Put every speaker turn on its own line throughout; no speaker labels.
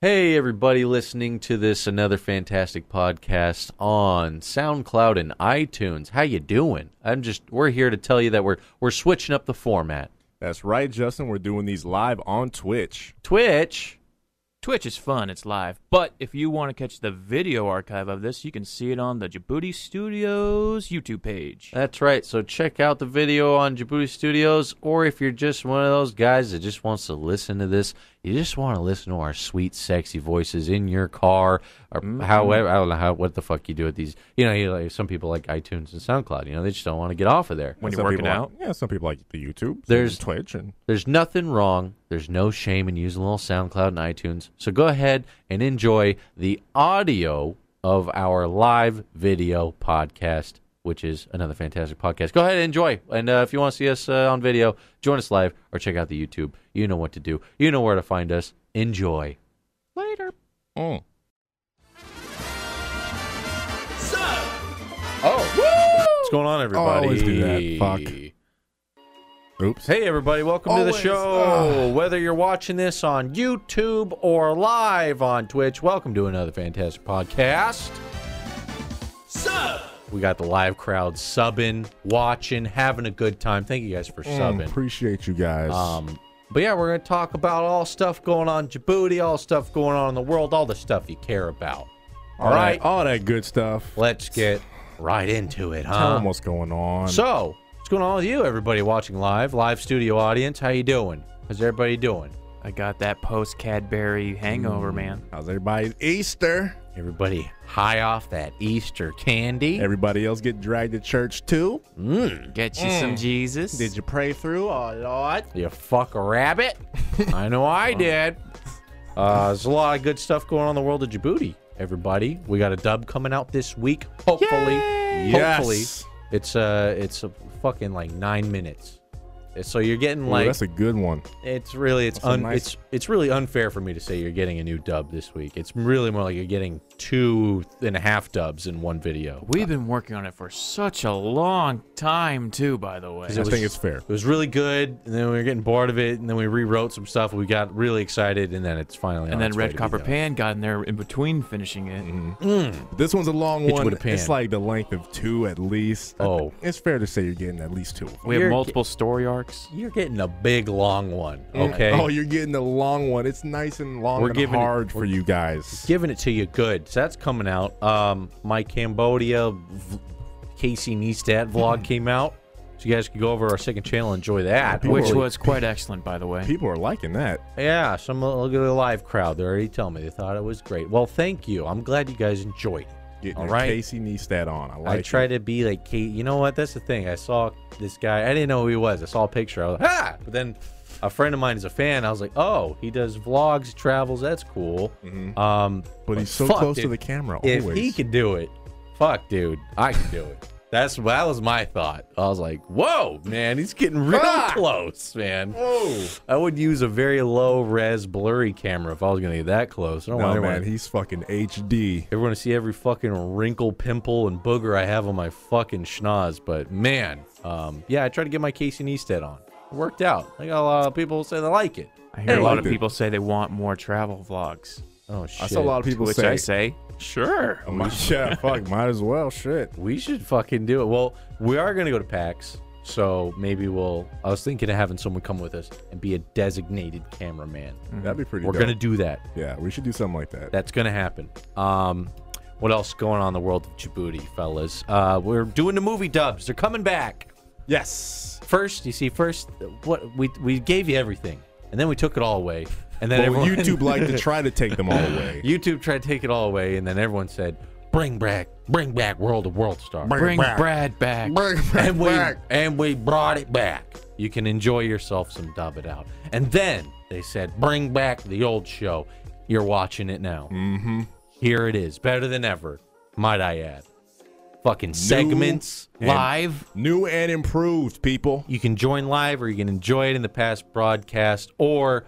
Hey, everybody, listening to this another fantastic podcast on SoundCloud and iTunes. How you doing? I'm just we're here to tell you that we're we're switching up the format.
That's right, Justin. We're doing these live on Twitch.
Twitch.
Twitch is fun, it's live. But if you want to catch the video archive of this, you can see it on the Djibouti Studios YouTube page.
That's right. So check out the video on Djibouti Studios, or if you're just one of those guys that just wants to listen to this, you just want to listen to our sweet, sexy voices in your car, or however I don't know how what the fuck you do with these. You know, you like some people like iTunes and SoundCloud. You know, they just don't want to get off of there.
When
And
you're
some
working
people like-
out.
yeah, some people like the YouTube. some
There's-
Twitch, and
There's nothing wrong. There's no shame in using a little SoundCloud and iTunes. So go ahead and enjoy the audio of our live video podcast, which is another fantastic podcast. Go ahead and enjoy. And uh, if you want to see us uh, on video, join us live or check out the YouTube. You know what to do, you know where to find us. Enjoy. Later.
Mm. Oh,
What's going on, everybody?
Always do that. Fuck. oops.
Hey, everybody, welcome to the
Always. Ah.
show. Whether you're watching this on YouTube or live on Twitch, welcome to another fantastic podcast. Sub! We got the live crowd subbing, watching, having a good time. Thank you guys for
Mm,
subbing.
appreciate you guys.
Um, but yeah, we're going to talk about all stuff going on in Djibouti, all stuff going on in the world, all the stuff you care about. All
that-
right,
all that good stuff.
let's get right into it,
Tell
huh?
'em what's going on.
So, what's going on with you, everybody watching live, live studio audience? How you doing? How's everybody doing?
I got that post Cadbury hangover, man.
How's everybody's Easter?
Everybody high off that Easter candy.
Everybody else get dragged to church too?
Get you some Jesus.
Mm. Did you pray through? Oh Lord.
You fuck a rabbit. I know I did. Uh, there's a lot of good stuff going on in the world of Djibouti. Everybody, we got a dub coming out this week. Hopefully, hopefully,
Yes.
it's uh, it's a fucking like nine minutes. So you're getting
Ooh,
like
that's a good one.
It's really it's
That's a
un,
nice-
it's it's really unfair for me to say you're getting a new dub this week. It's really more like you're getting two and a half dubs in one video.
We've been working on it for such a long time, too, by the way.
Is
I
it- was-
think it's fair.
It was really good, and then we were getting bored of it, and then we rewrote some stuff. We got really excited, and then it's finally
and
on
then
its way to
Red
be
Copper
dubbed.
Pan got in there in between finishing it.
Mm-hmm. This one's a long
Hit you
one.
with a pan.
It's like the length of two at least. I
Oh.
thi- it's fair to say you're getting at least two. of 'em.
We have
You're-
multiple story arcs.
You're getting a big long one, okay?
Oh, you're getting the long one. It's nice and long
We're
and
giving it-
hard for you guys.
giving it to you good. So that's coming out. Um, my Cambodia v- Casey Neistat vlog came out, so you guys can go over to our second channel and enjoy that.
People
Which
Holy-
Hopefully-
was quite excellent, by the way.
People are liking that.
Yeah, some look at the live crowd. They already tell me they thought it was great. Well, thank you. I'm glad you guys enjoyed. it.
Getting
All
your
right.
Casey Neistat on. I like
I try
it.
to be like Kate. You know what? That's the thing. I saw this guy. I didn't know who he was. I saw a picture. I was like, ah! But then a friend of mine is a fan. I was like, oh, he does vlogs, travels. That's cool. Um,
But he's Mm-hmm. so
fuck,
close to
dude.
the camera
If
always.
he could do it, fuck, dude, I could do it. That's that was my thought. I was like, whoa, man, he's getting real
Fuck.
close, man.
Whoa.
I would use a very low res blurry camera if I was gonna get that close. I don't
No,
want
man,
everyone,
he's fucking HD.
everyone to see every fucking wrinkle, pimple, and booger I have on my fucking schnoz. But man, um, yeah, I tried to get my Casey Neistat on. It worked out. I got a lot of people say they like it.
I hear
Hey,
a lot
like
of
the-
people say they want more travel vlogs,
Oh shit!
I saw a lot of people
which
say,
I say, sure.
Oh, my, yeah, fuck, might as well. Shit.
We should fucking do it. Well, we are gonna go to PAX, so maybe we'll. I was thinking of having someone come with us and be a designated cameraman.
That'd be pretty
We're
dope.
gonna do that.
Yeah, we should do something like that.
That's gonna happen. Um, what else going on in the world of Djibouti, fellas? Uh, we're doing the movie dubs. They're coming back.
Yes.
First, you see, first what we we gave you everything, and then we took it all away, and then
But
everyone,
Oh, YouTube like to try to take them all away.
YouTube tried to take it all away, and then everyone said, "Bring back, bring back World of World Star."
Bring Brad back.
and we and we brought it back. You can enjoy yourself some dub it out. And then they said, bring back the old show. You're watching it now. Mm-hmm. Here it is, better than ever, might I add. Fucking segments live.
Live.
New and improved, people.
You can join live, or you can enjoy it in the past broadcast, or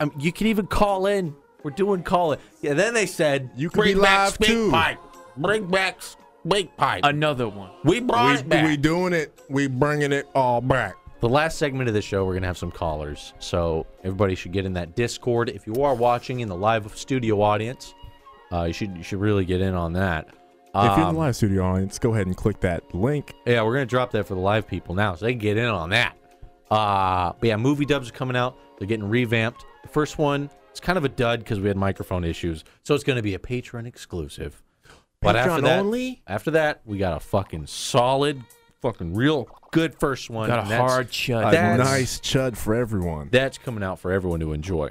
um, you can even call in. We're doing call in. Yeah. Then they said,
You can
bring
be
back
live,
Speak
too."
Pipe. Bring back Speak Pipe.
Another one.
we brought
We,
it back.
we doing it. We bringing it all back.
The last segment of the show, we're going to have some callers. So everybody should get in that Discord. If you are watching in the live studio audience, uh, you should you should really get in on that.
if you're in
Um,
the live studio audience, go ahead and click that link.
yeah, we're gonna drop that for the live people now, so they can get in on that. Uh, but yeah, movie dubs are coming out. They're getting revamped. The first one, it's kind of a dud because we had microphone issues, so it's gonna be a Patreon exclusive. But after
Patreon
that,
only?
after that, we got a fucking solid, fucking real good first one.
Got a
and that's-
hard chud.
Uh,
A
That's-
nice chud for everyone.
That's coming out for everyone to enjoy.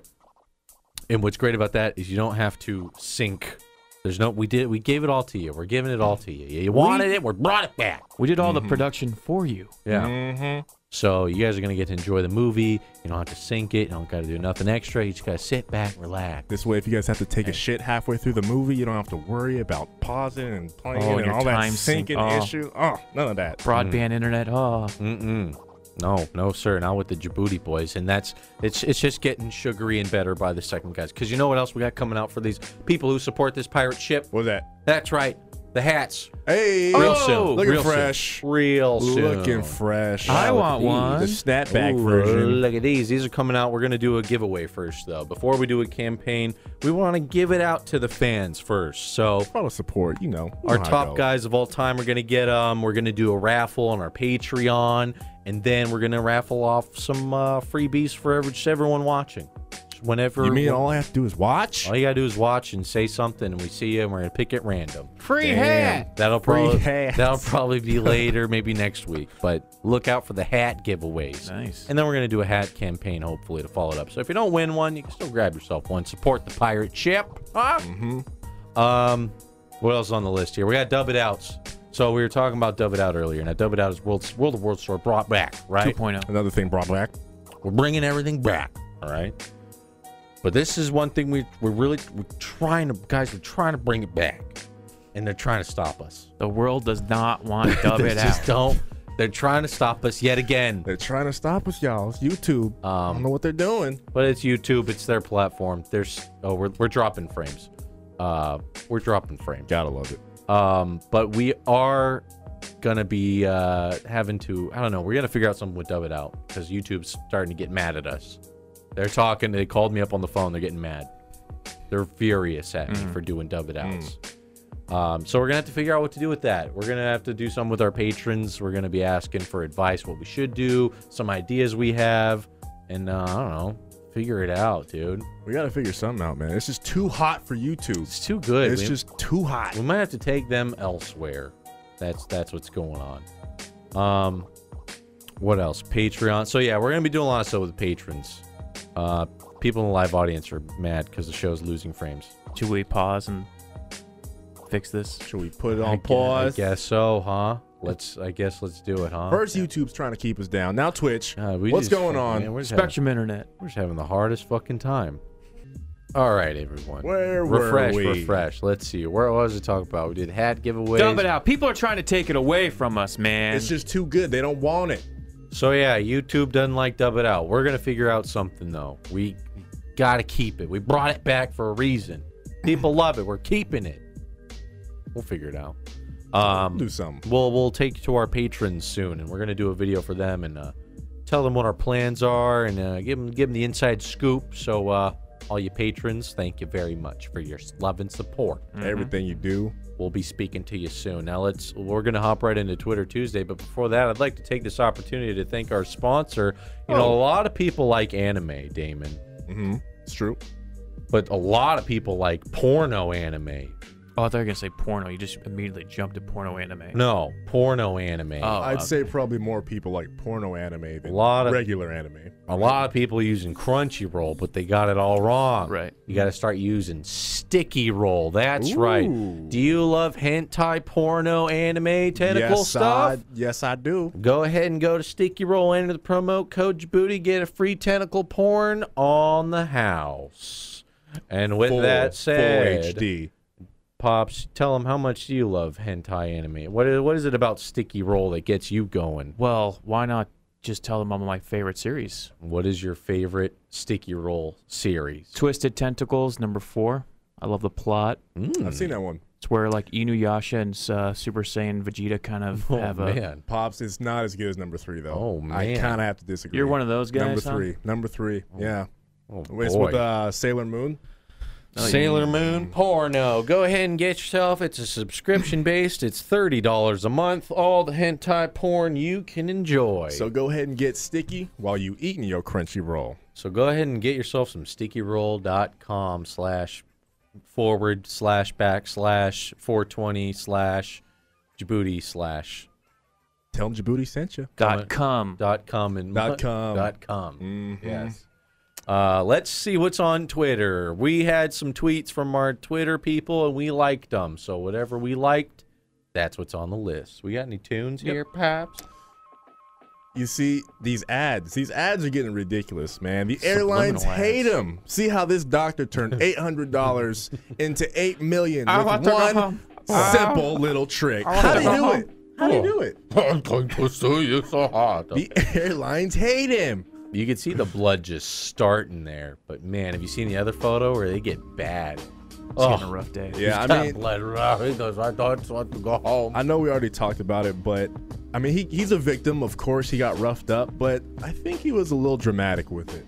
And what's great about that is you don't have to sync. There's no, we did, we gave it all to you. We're giving it all to you. You wanted it, we brought it back.
we did all
Mm-hmm.
the production for you.
Yeah.
Mm-hmm.
So you guys are gonna get to enjoy the movie. You don't have to sync it. You don't gotta do nothing extra. You just gotta sit back, relax.
This way, if you guys have to take a shit halfway through the movie, you don't have to worry about pausing and playing
Oh, and
and
your
all that
time sync.
syncing
Oh.
issue. Oh, none of that.
Mm.
Broadband internet. Oh,
Mm-mm. No, no, sir. Not with the Djibouti boys. And that's it's it's just getting sugary and better by the second guys. Cause you know what else we got coming out for these people who support this pirate ship?
What's that?
That's right, the hats.
Hey,
Real
oh,
soon.
looking
Real soon.
fresh.
Real soon.
Looking fresh.
I
look
want
at these.
the
one.
snapback
Ooh,
version.
Look at these. These are coming out. We're gonna do a giveaway first, though. Before we do a campaign, we want to give it out to the fans first. So
A lot of support, you know. You know
our
how it
top
goes.
guys of all time are going to get them. We're going to do a raffle on our Patreon, and then we're going to raffle off some uh, freebies for every- just everyone watching. Just Whenever
You mean all I have to do is watch?
all you got to do is watch and say something, and we see you, and we're going to pick at random.
free
Damn.
That'll
Free
probably
hats.
that'll probably be later, maybe next week. But look out for the hat giveaways.
Nice.
And then we're going to do a hat campaign, hopefully, to follow it up. So if you don't win one, you can still grab yourself one. Support the pirate ship. Huh? Mm-hmm. Um, what else is on the list here? We got Dub It Outs. So we were talking about Dub It Out earlier. Now, Dub It Out is World, World of World Store brought back, right?
2.0.
Another thing brought back.
We're bringing everything back, all right? But this is one thing we, we're really we're trying to, guys, we're trying to bring it back. And they're trying to stop us.
The world does not want dub
they
it
just
out.
don't. They're trying to stop us yet again.
They're trying to stop us, y'all. It's YouTube.
Um,
I don't know what they're doing.
But it's YouTube. It's their platform. There's oh, we're we're dropping frames. Uh, we're dropping frames.
Gotta love it.
Um, but we are gonna be uh having to. I don't know. We're gonna figure out something with Dub It Out because YouTube's starting to get mad at us. They're talking. They called me up on the phone. They're getting mad. They're furious at
Mm.
me for doing Dub It Outs. Um, so we're gonna have to figure out what to do with that. We're gonna have to do some with our patrons. We're gonna be asking for advice, what we should do, some ideas we have, and uh, I don't know, figure it out, dude.
We gotta figure something out, man. It's just too hot for YouTube.
It's too good.
It's
we,
just too hot.
we might have to take them elsewhere. That's that's what's going on. Um, what else? Patreon. So yeah, we're gonna be doing a lot of stuff with patrons. Uh, people in the live audience are mad because the show's losing frames.
Should we pause and fix this?
Should we put it
I
on
gue-
pause?
I guess so, huh? Let's. I guess let's do it, huh?
First, YouTube's trying to keep us down. Now, Twitch.
God, we
What's
just-
going on?
man, we're just having-
Spectrum internet.
We're just having the hardest fucking time. All right, everyone.
Where were
refresh,
we?
refresh. Let's see. Where was it talk about? We did hat giveaways.
Dub it out. People are trying to take it away from us, man.
It's just too good. They don't want it.
So yeah, YouTube doesn't like dub it out. We're gonna figure out something though. We gotta keep it. We brought it back for a reason. People love it. We're keeping it. We'll figure it out. Um,
Do something.
We'll we'll take to our patrons soon, and we're gonna do a video for them and uh, tell them what our plans are and uh, give them give them the inside scoop. So uh, all you patrons, thank you very much for your love and support.
Everything you do.
We'll be speaking to you soon. Now let's we're gonna hop right into Twitter Tuesday, but before that, I'd like to take this opportunity to thank our sponsor. You know, a
Oh.
lot of people like anime, Damon,
Mm-hmm. It's true.
but a lot of people like porno anime.
oh, I thought you were gonna say porno. You just immediately jumped to porno anime.
No, porno anime.
Oh,
I'd
uh,
say probably more people like porno anime than
Lot of-
regular anime.
a lot of people using Crunchyroll, but they got it all wrong.
Right.
You got to start using Sticky Roll. That's right.
Ooh.
Do you love hentai porno anime tentacle
yes,
stuff?
I, yes, I do.
Go ahead and go to Sticky Roll, enter the promo code Djibouti, get a free tentacle porn on the house. And with
Full-
that
full
said,
HD.
Pops, tell them how much do you love hentai anime? What is, what is it about Sticky Roll that gets you going?
Well, why not just tell them I'm my favorite series?
What is your favorite Sticky Roll series?
Twisted Tentacles, number four. I love the plot.
Hmm.
I've seen that one.
It's where like Inuyasha and uh, Super Saiyan Vegeta kind of
Oh
have a.
man,
Pops is not as good as number three though.
Oh,
I
man.
kind of have to disagree.
You're one of those guys.
number
huh?
three. Number three. Yeah,
oh,
it's
boy.
with uh, Sailor Moon.
Oh,
Sailor Moon porno. Go ahead and get yourself. It's a subscription based. It's thirty dollars a month. All the hentai porn you can enjoy.
So
So,
go ahead and get sticky while you eating your crunchy roll.
go ahead and get yourself some stickyroll.com slash forward slash back slash four twenty slash Djibouti slash
Tell them Djibouti sent you.
Dot com.
dot com and
Dot com.
dot com.
Mhm.
Yes. Uh, let's see what's on Twitter. We had some tweets from our Twitter people, and we liked them. So whatever we liked, that's what's on the list. We got any tunes here, Paps?
You see these ads. These ads are getting ridiculous, man. The airlines
Subliminal
hate
ads.
them. See how this doctor turned eight hundred dollars into eight million
I want
with
to go
one
home.
simple little trick.
I want
How
to
do
go
you do
home.
it? How do you do it?
I'm going to sue you so hard.
The airlines hate him.
You can see the blood just starting there, but man, have you seen the other photo where they get bad?
It's
Oh,
having a rough day.
Yeah,
he's
I
got
mean,
blood. rah, He goes, I don't want to go home.
I know we already talked about it, but I mean, he, he's a victim. Of course, he got roughed up, but I think he was a little dramatic with it.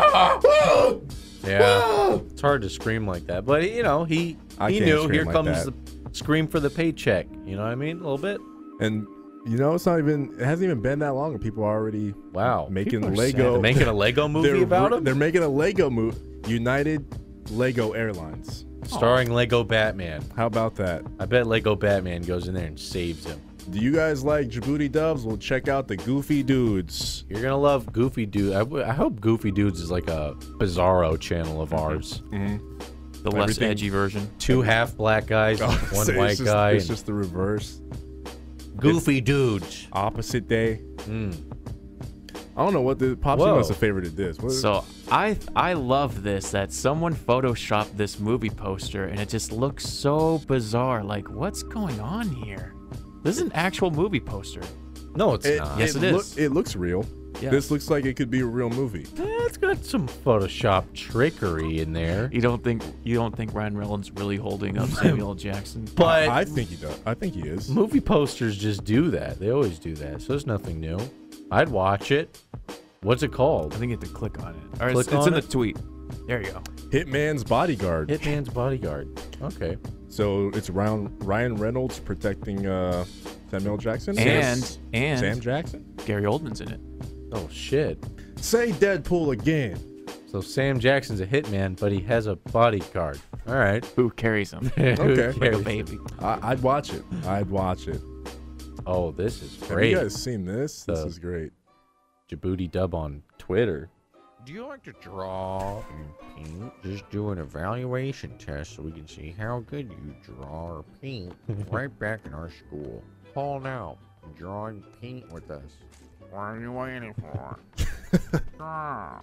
Yeah, it's hard to scream like that, but you know he
I
he
can't
knew
scream
here
like
comes
that.
the scream for the paycheck. You know what I mean? A little bit.
And you know, it's not even. It hasn't even been that long, and people are already
Wow,
making
People are
Lego.
They're making a Lego movie
they're,
about
re-
him,
They're making a Lego movie. United Lego Airlines.
Oh. starring Lego Batman.
How about that?
I bet Lego Batman goes in there and saves him.
Do you guys like Djibouti Dubs? Well, check out the Goofy Dudes.
You're gonna love Goofy Dude. I, w- I hope Goofy Dudes is like a Bizarro channel of ours.
The less
Everything-
edgy version.
Two half black guys, one
Oh, It's
white
just-
guy,
It's
and
just the reverse.
Goofy Dudes.
Opposite day.
Mm.
I don't know what the Popsy
Whoa.
must have favored this. What-
So I I love this that someone photoshopped this movie poster and it just looks so bizarre. Like what's going on here? This is an actual movie poster.
No, it's
it,
not.
Yes, it
loo-
is.
it looks real.
Yeah.
This looks like it could be a real movie.
Eh, it's got some Photoshop trickery in there.
You don't think you don't think Ryan Reynolds really holding up Samuel L. Jackson?
But
I think he does. I think he is.
Movie posters just do that. They always do that. So it's nothing new. I'd watch it. What's it
I
called?
think you have to click on it. Or it's,
Click
it's
on
in
it?
the tweet. There you go.
Hitman's Bodyguard.
Hitman's Bodyguard. Okay.
So it's Ryan, Ryan Reynolds protecting uh, Samuel Jackson
And and
Sam Jackson.
Gary Oldman's in it.
Oh shit.
Say Deadpool again.
So Sam Jackson's a hitman, but he has a bodyguard. All right.
Who carries him?
Who
like a
cares?
baby.
I, I'd watch it. I'd watch it.
Oh, this is
Have
great.
you guys seen this? This
Uh,
The-
is great.
Djibouti Dub on Twitter. Do you like to draw and paint? Just do an evaluation test so we can see how good you draw or paint right back in our school. Call now. Draw and paint with us.
What are you waiting for? Ah.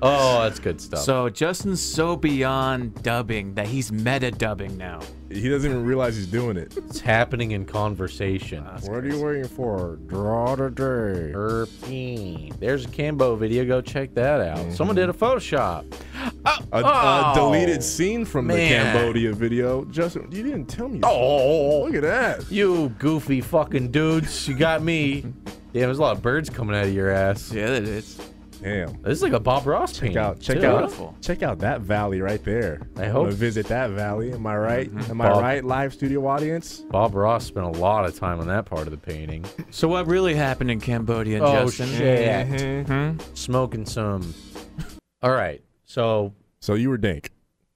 Oh, that's good stuff.
So Justin's so beyond dubbing that he's meta dubbing now.
He doesn't even realize he's doing it.
It's happening in conversation.
That's
what are
crazy.
you waiting for? Draw today.
Erpine. There's a Cambo video. Go check that out. Someone did a Photoshop.
A, a
Oh,
deleted scene from the
man.
Cambodia video. Justin, you didn't tell me.
Oh,
look at that.
you goofy fucking dudes. You got me. Damn, there's a lot of birds coming out of your ass.
Yeah, it is.
Damn.
This is like a Bob Ross
Check out, check
too.
out,
Beautiful.
check out that valley right there.
I
I'm
hope- Mm-hmm.
gonna visit that valley. Am I right? Am I
Bob.
right? Live studio audience.
Bob Ross spent a lot of time on that part of the painting.
So what really happened in Cambodia,
Oh,
Justin?
shit.
Mm-hmm.
Hmm?
Smoking some. All right. So,
So you were dank.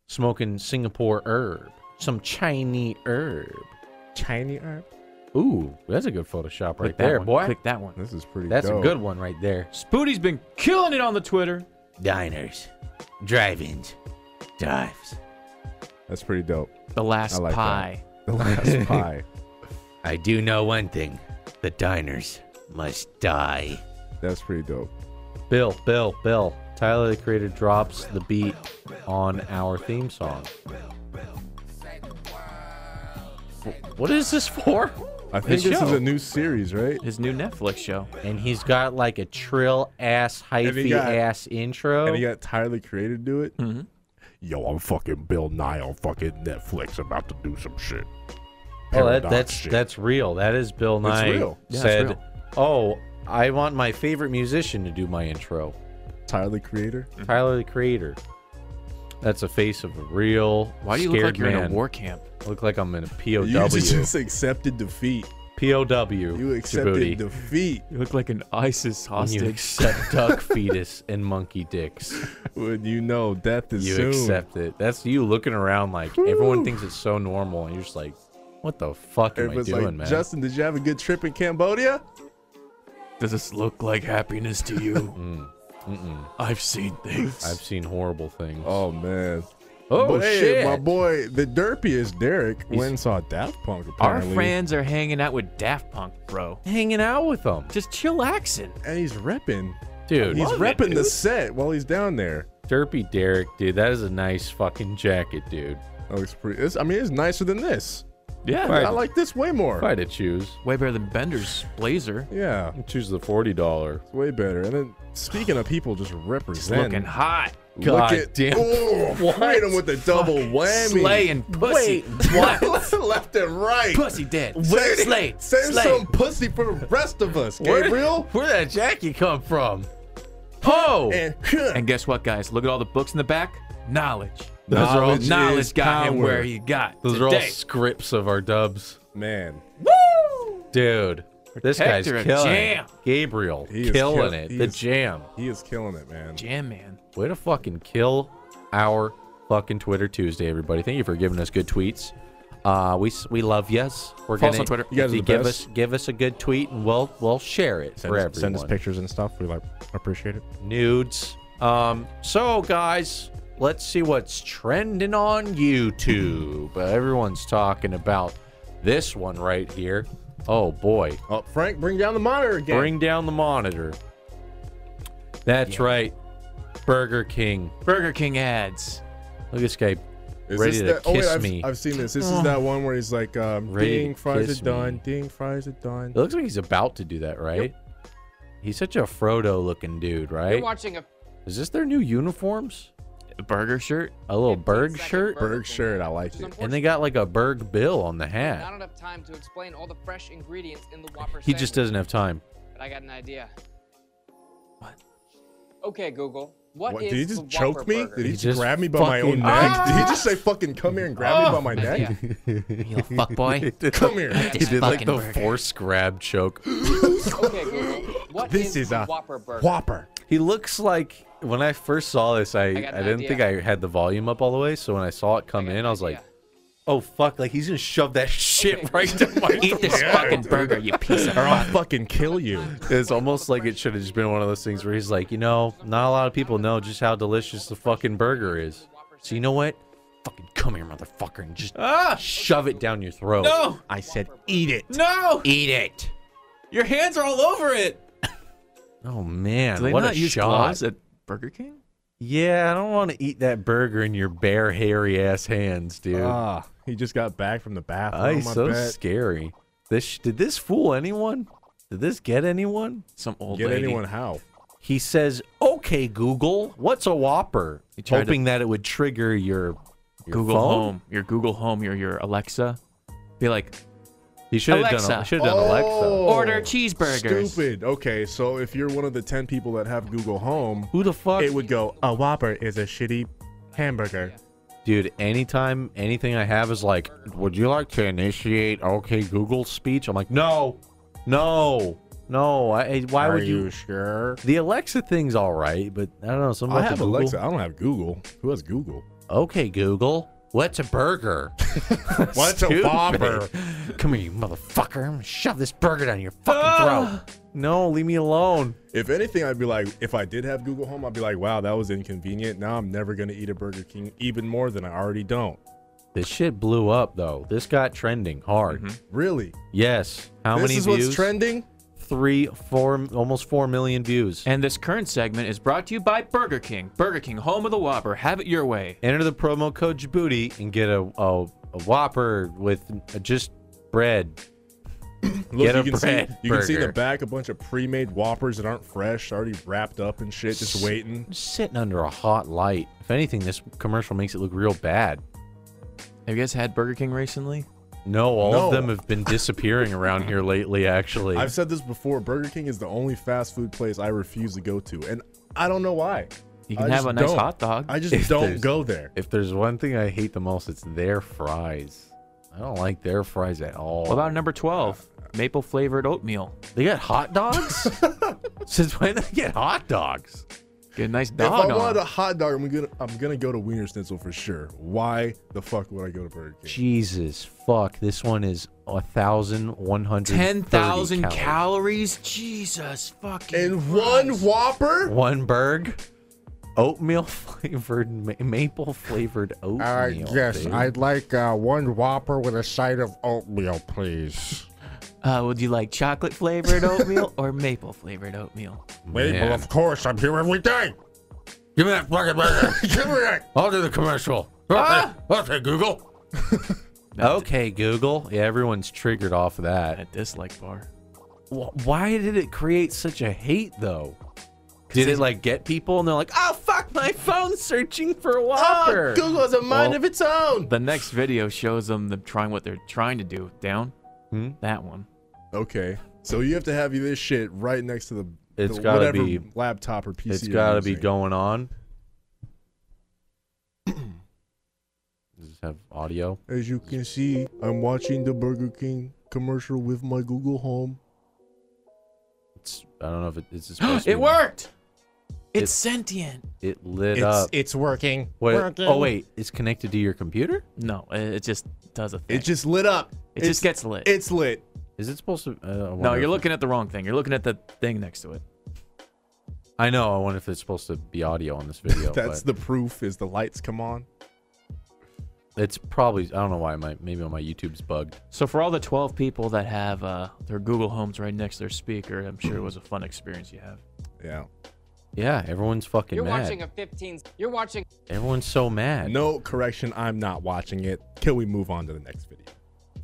smoking Singapore herb. Some Chinese herb.
Chinese herb.
Ooh, that's a good Photoshop right
Click that
there,
one.
boy.
Click that one.
This is pretty.
That's a
dope.
good one right there.
Spooty's been killing it on the Twitter.
diners, drive-ins, dives.
That's pretty dope.
The
I
last
like
pie.
The last pie.
I do know one thing: the diners must die.
That's pretty dope.
Bill, Bill, Bill. Tyler the Creator drops the beat on our theme song. Wh- What is this for?
I think
His
this is
show.
a new series, right?
His new Netflix show.
And he's got like a trill ass
he
hyphy
got-
ass intro. Mm-hmm.
And he got Tyler the Creator to do it.
Mhm.
yo, I'm fucking Bill Nye on fucking Netflix about to do some shit.
Oh, that,
Paradox
that's
shit.
that's real. That is Bill Nye
real.
Yeah, it's
said,
real.
"Oh, I want my favorite musician to do my intro."
Tyler the Creator.
Tyler the Creator. That's a face of a real.
Why do you look
scared
like you're
man.
in a war camp?
Look like I'm in a POW.
You just accepted defeat.
POW.
You accepted
Djibouti.
defeat
You look like an ISIS
And you
hostage.
accept duck fetus and monkey dicks.
when you know death is
You
soon.
accept it. That's you looking around like everyone thinks it's so normal, and you're just like, "What the fuck am
Everyone's
I doing,
like,
man?"
Justin, did you have a good trip in Cambodia?
Does this look like happiness to you?
Mm. Mm-mm.
I've seen things.
I've seen horrible things.
Oh man.
Oh,
but hey,
shit!
my boy, the derpiest Derek
He's-
went and saw Daft Punk
Our
apparently,
fans are hanging out with Daft Punk, bro.
Hanging out with them,
Just chillaxing.
and he's repping.
dude.
He's
love it,
repping the
dude.
set while he's down there.
Derpy Derek, dude, that is a nice fucking jacket, dude.
That looks pretty. Oh, It's, I mean, it's nicer than this.
Yeah.
Right.
I like this way more.
If I had to choose,
Way better than Bender's blazer.
Yeah,
I'd choose the forty dollar.
it's way better. And then speaking of people just
Just
representing,
looking hot.
look
God
at
damn.
Oh, hit him with the double whammy.
Slaying pussy. What?
left and right.
pussy dead.
Save-
Slay.
Save
Slay.
some pussy for the rest of us,
Where-
Gabriel.
Where that jacket come from? Oh,
And,
And guess what, guys? Look at all the books in the back. Knowledge.
Those are all- Knowledge is
knowledge got him
power.
where he got.
those are all
today.
scripts of our dubs,
man,
dude. This guy's
Protector of
killing
jam.
it. Gabriel
He is
killing
kill-
it.
he
The
is-
jam.
he is killing it, man.
Jam man.
Way to fucking kill our fucking Twitter Tuesday, everybody. Thank you for giving us good tweets. Uh, we s- we love yes. We're
Follow us
gonna
on Twitter.
If
You guys are the
give
best.
us give us a good tweet and we'll we'll share it for everyone.
pictures and stuff. We like appreciate it.
nudes. Um, so guys, let's see what's trending on YouTube. Uh, Everyone's talking about this one right here. Oh boy,
Oh, Frank, bring down the monitor again.
bring down the monitor. That's right, Burger King.
Burger King ads.
Look at this guy
Is
ready
this
to
that- oh, wait,
kiss
I've,
me. Oh.
I've seen this. This is that one where he's like, um,
Ready to
"Ding fries
kiss
are done.
me.
Ding fries are done."
It looks like he's about to do that, right? He's such a Frodo looking dude, right?
You're watching a
Is this their new uniforms?
A burger shirt.
A little
15
Berg
second
shirt?
Burger
Berg
King
shirt, I
ad,
like
which is
it.
And they got like a Berg bill on the
unfortunate. Not
hat.
enough time to explain all the fresh ingredients in the Whopper.
He just
sandwich,
doesn't have time.
But I got an idea. What? Okay, Google.
What,
is
did he
the
just
Whopper
choke me?
burger?
Did he,
He
just
just
grab me by my own
fucking- Ah! Oh.
neck? Did he just say, "Fucking come here and grab me by my neck"?
Yeah.
You little fuck boy.
Come here.
He
This
did like
fucking
the
burger.
force grab choke.
Okay, Google. What
This
is,
is
the
a
Whopper burger?
Whopper.
He looks like when I first saw this, I, I,
got an
didn't
idea.
think I had the volume up all the way. So when I saw it come
got
in,
an
I was like,
idea.
"Oh fuck!" Like he's gonna shove that shit
Okay.
right down my
Eat this fucking burger, you piece of
Or I'll fucking kill you.
It's almost like it should have just been one of those things where he's like, you know, not a lot of people know just how delicious the fucking burger is. So you know what? Fucking come here, motherfucker, and just shove it down your throat.
Ah, No!
I said, "Eat it."
No!
Eat it.
Your hands are all over it.
Oh man,
Do they
what
not
a
use
shot.
gloves at Burger King?
Yeah, I don't want to eat that burger in your bare, hairy ass hands, dude.
Ah, he just got back from the bathroom.
Ay,
I
so
bet.
scary. This did this fool anyone? Did this get anyone?
Some old
Get
lady.
anyone how?
He says, "Okay, Google, what's a Whopper?"
He tried to-
Hoping that it would trigger your, your
Google
phone?
Home. Your Google Home. Your your Alexa. Be like,
He should have done.
Alexa. Oh.
Should have done Alexa.
order cheeseburgers.
Stupid. Okay, so if you're one of the 10 people that have Google Home,
Who the fuck,
it would go, a Whopper is a shitty hamburger.
dude? Anytime anything I have is like, "Would you like to initiate Okay Google speech?" I'm like, "No, no, no." I, I- why
Are
would you?
sure?
The Alexa thing's all right, but I don't know. Something
I
about the
have
Google.
Alexa. I don't have Google. Who has Google?
Okay, Google, what's a burger?
What's a
Stupid.
Whopper?
Come here, you motherfucker. I'm gonna shove this burger down your fucking throat. No, leave me alone.
If anything, I'd be like, if I did have Google Home, I'd be like, wow, that was inconvenient. Now I'm never going to eat a Burger King even more than I already don't.
This shit blew up though. This got trending hard.
Mm-hmm. Really?
Yes. How
this
many
is
views?
what's trending?
Three, four, almost four million views.
And this current segment is brought to you by Burger King. Burger King, home of the Whopper. Have it your way.
Enter the promo code Djibouti and get a a, a Whopper with just bread.
Look,
Get
you
a
can see
bread
you can see in the
burger.
back a bunch of pre-made whoppers that aren't fresh, already wrapped up and shit, just waiting.
Sitting under a hot light. If anything, this commercial makes it look real bad.
Have you guys had Burger King recently?
No, all
No.
of them have been disappearing around here lately, actually.
I've said this before. Burger King is the only fast food place I refuse to go to, and I don't know why.
You
I
can have
just
a nice
don't.
hot dog.
I just
If
don't
there's-
go there.
if there's one thing I hate the most, it's their fries. I don't like their fries at all.
What about number 12? Maple flavored oatmeal.
they got hot dogs? Since when they get hot dogs?
Get a nice
If I
dog on.
wanted a hot dog, I'm gonna I'm gonna go to Wiener Schnitzel for sure. Why the fuck would I go to Burger King?
Jesus fuck. This one is a thousand one hundred.
10,000 calories? Jesus fucking.
And one
Christ.
Whopper.
One berg. Oatmeal flavored ma- maple flavored oatmeal. dude.
like uh, one Whopper with a side of oatmeal, please.
Uh, would you like chocolate flavored oatmeal or maple flavored oatmeal?
Wait,
Man.
well, of course, I'm here every day.
Give me that fucking burger.
Give me that.
I'll do the commercial.
Ah!
Okay, Google. okay, Google. Yeah, everyone's triggered off of that.
At dislike bar.
Wh- Why did it create such a hate, though? Did it like get people and they're like, "Oh fuck, my phone's searching for a Whopper."
has Ah, a mind
Well-
of its own.
The next video shows them them trying what they're trying to do. Down?
Hmm?
That one.
Okay, so you have to have this shit right next to the.
It's
the
gotta
whatever
be-
laptop or PC.
it's
you're
got to be
using.
going on. Does this have audio?
As you can see, I'm watching the Burger King commercial with my Google Home.
It's I don't know if it, it's supposed to
it
be-
worked! It's,
It's-
sentient.
It lit up.
it's working.
What- oh wait, it's connected to your computer?
No, it, it just does a thing.
It just lit up.
It just gets lit.
It's lit.
Is it supposed to? Uh, I
no,
wonder
you're
if
looking at the wrong thing. You're looking at the thing next to
it-
it.
I know. I wonder if it's supposed to be audio on this video.
That's
but
the proof. Is the lights come on?
It's probably. I don't know why. My maybe on my YouTube's bugged.
So for all the 12 people that have uh, their Google Homes right next to their speaker, I'm sure it was a fun experience you have.
Yeah.
Yeah, everyone's fucking
You're
mad.
watching a 15. You're watching.
Everyone's so mad.
No correction. I'm not watching it. Can we move on to the next video?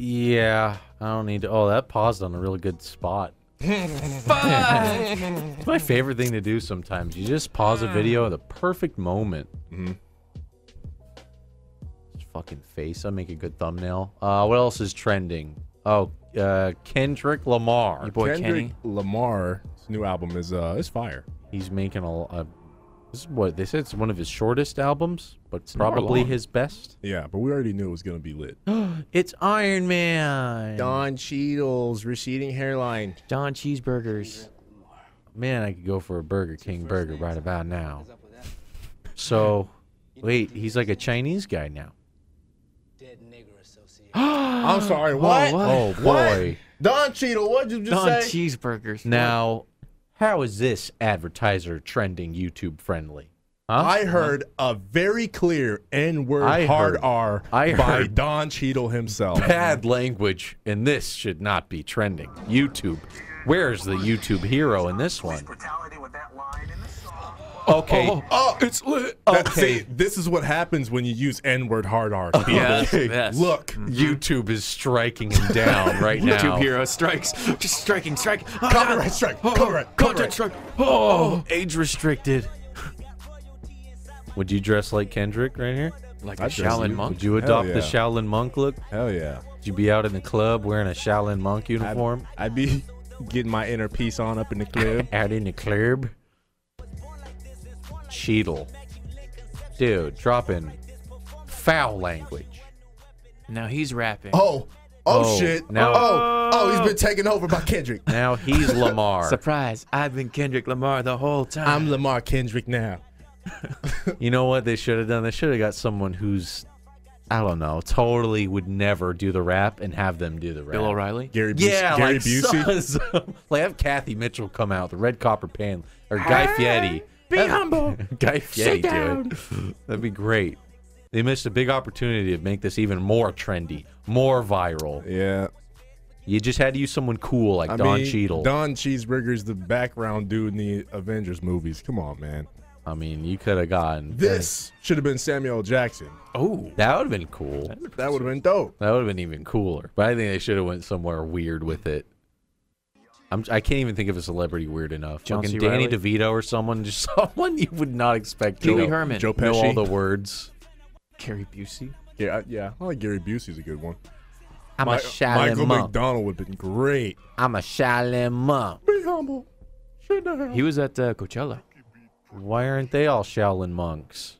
Yeah, I don't need to. Oh, that paused on a really good spot. it's my favorite thing to do sometimes. You just pause a video at the perfect moment. His fucking face. I make a good thumbnail. Uh, what else is trending? Oh, uh, Kendrick Lamar.
Your boy
Kendrick
Kenny.
Lamar's new album is uh is fire.
He's making a. a this is what they said. It's one of his shortest albums, but
an hour
probably
long.
his best.
Yeah, but we already knew it was gonna be lit.
It's Iron Man.
Cheadle's receding hairline.
John Cheeseburgers.
Man, I could go for a Burger King burger right about now. So, wait, he's like a Chinese guy now.
I'm sorry.
what?
What?
what?
Oh boy.
Don Cheadle. What'd you just
Don
say?
Cheeseburgers.
Now, how is this advertiser trending YouTube friendly? Huh?
I heard a very clear
I
N-word hard
heard-
R
I
by
heard-
Don Cheadle himself.
Bad
Mm-hmm.
language, and this should not be trending. YouTube. Where's the YouTube hero in this one? Okay.
Oh, it's lit.
Okay.
see, this is what happens when you use N-word hard R.
Yes, yes.
Look,
Mm. YouTube is striking him down right now.
YouTube hero strikes. Just striking, strike. Ah,
copyright strike.
Oh,
Copyright.
Content
Copyright.
strike. Oh,
Age restricted. Would you dress like Kendrick right here?
like a
I'd dress
Shaolin
you.
monk.
Would you adopt the
yeah.
Shaolin monk look?
Hell yeah.
Would you be out in the club wearing a Shaolin monk
I'd,
uniform?
I'd be getting my inner peace on up in the club.
out in the club? Cheadle. Dude, dropping foul language.
Now he's rapping.
oh, oh,
Oh,
shit.
now-
oh, oh, he's been taken over by Kendrick.
Now he's Lamar.
Surprise. I've been Kendrick Lamar the whole time.
I'm Lamar Kendrick now.
you know what they should have done? They should have got someone who's, I don't know, totally would never do the rap and have them do the rap.
Bill O'Reilly.
Gary Busey.
Yeah,
Gary
like,
Busey.
some- some- like have Kathy Mitchell come out, the red copper pan, or Guy Fieri. Be humble. Guy Fieri do it. That'd be great. They missed a big opportunity to make this even more trendy, more viral.
Yeah.
You just had to use someone cool like Don Cheadle.
Don Cheeseburger's the background dude in the Avengers movies. Come on, man.
I mean, you could have gotten
This should have been Samuel L. Jackson.
Oh.
That would have been cool.
That would have been dope.
That would have been even cooler. But I think they should have went somewhere weird with it. I'm, I can't even think of a celebrity weird enough.
John
Fucking
C.
Danny
Reilly?
DeVito or someone, just someone you would not expect to
Pee Wee
know-
Herman.
Joe
know all
Pesci.
the words.
Gary Busey.
Yeah, I- yeah. I like Gary Busey's a good one.
I'm
Mi- Michael McDonald would have been great.
I'm a Shaolin monk.
Be humble. Shut the hell-
He was at uh, Coachella
Why aren't they all Shaolin monks?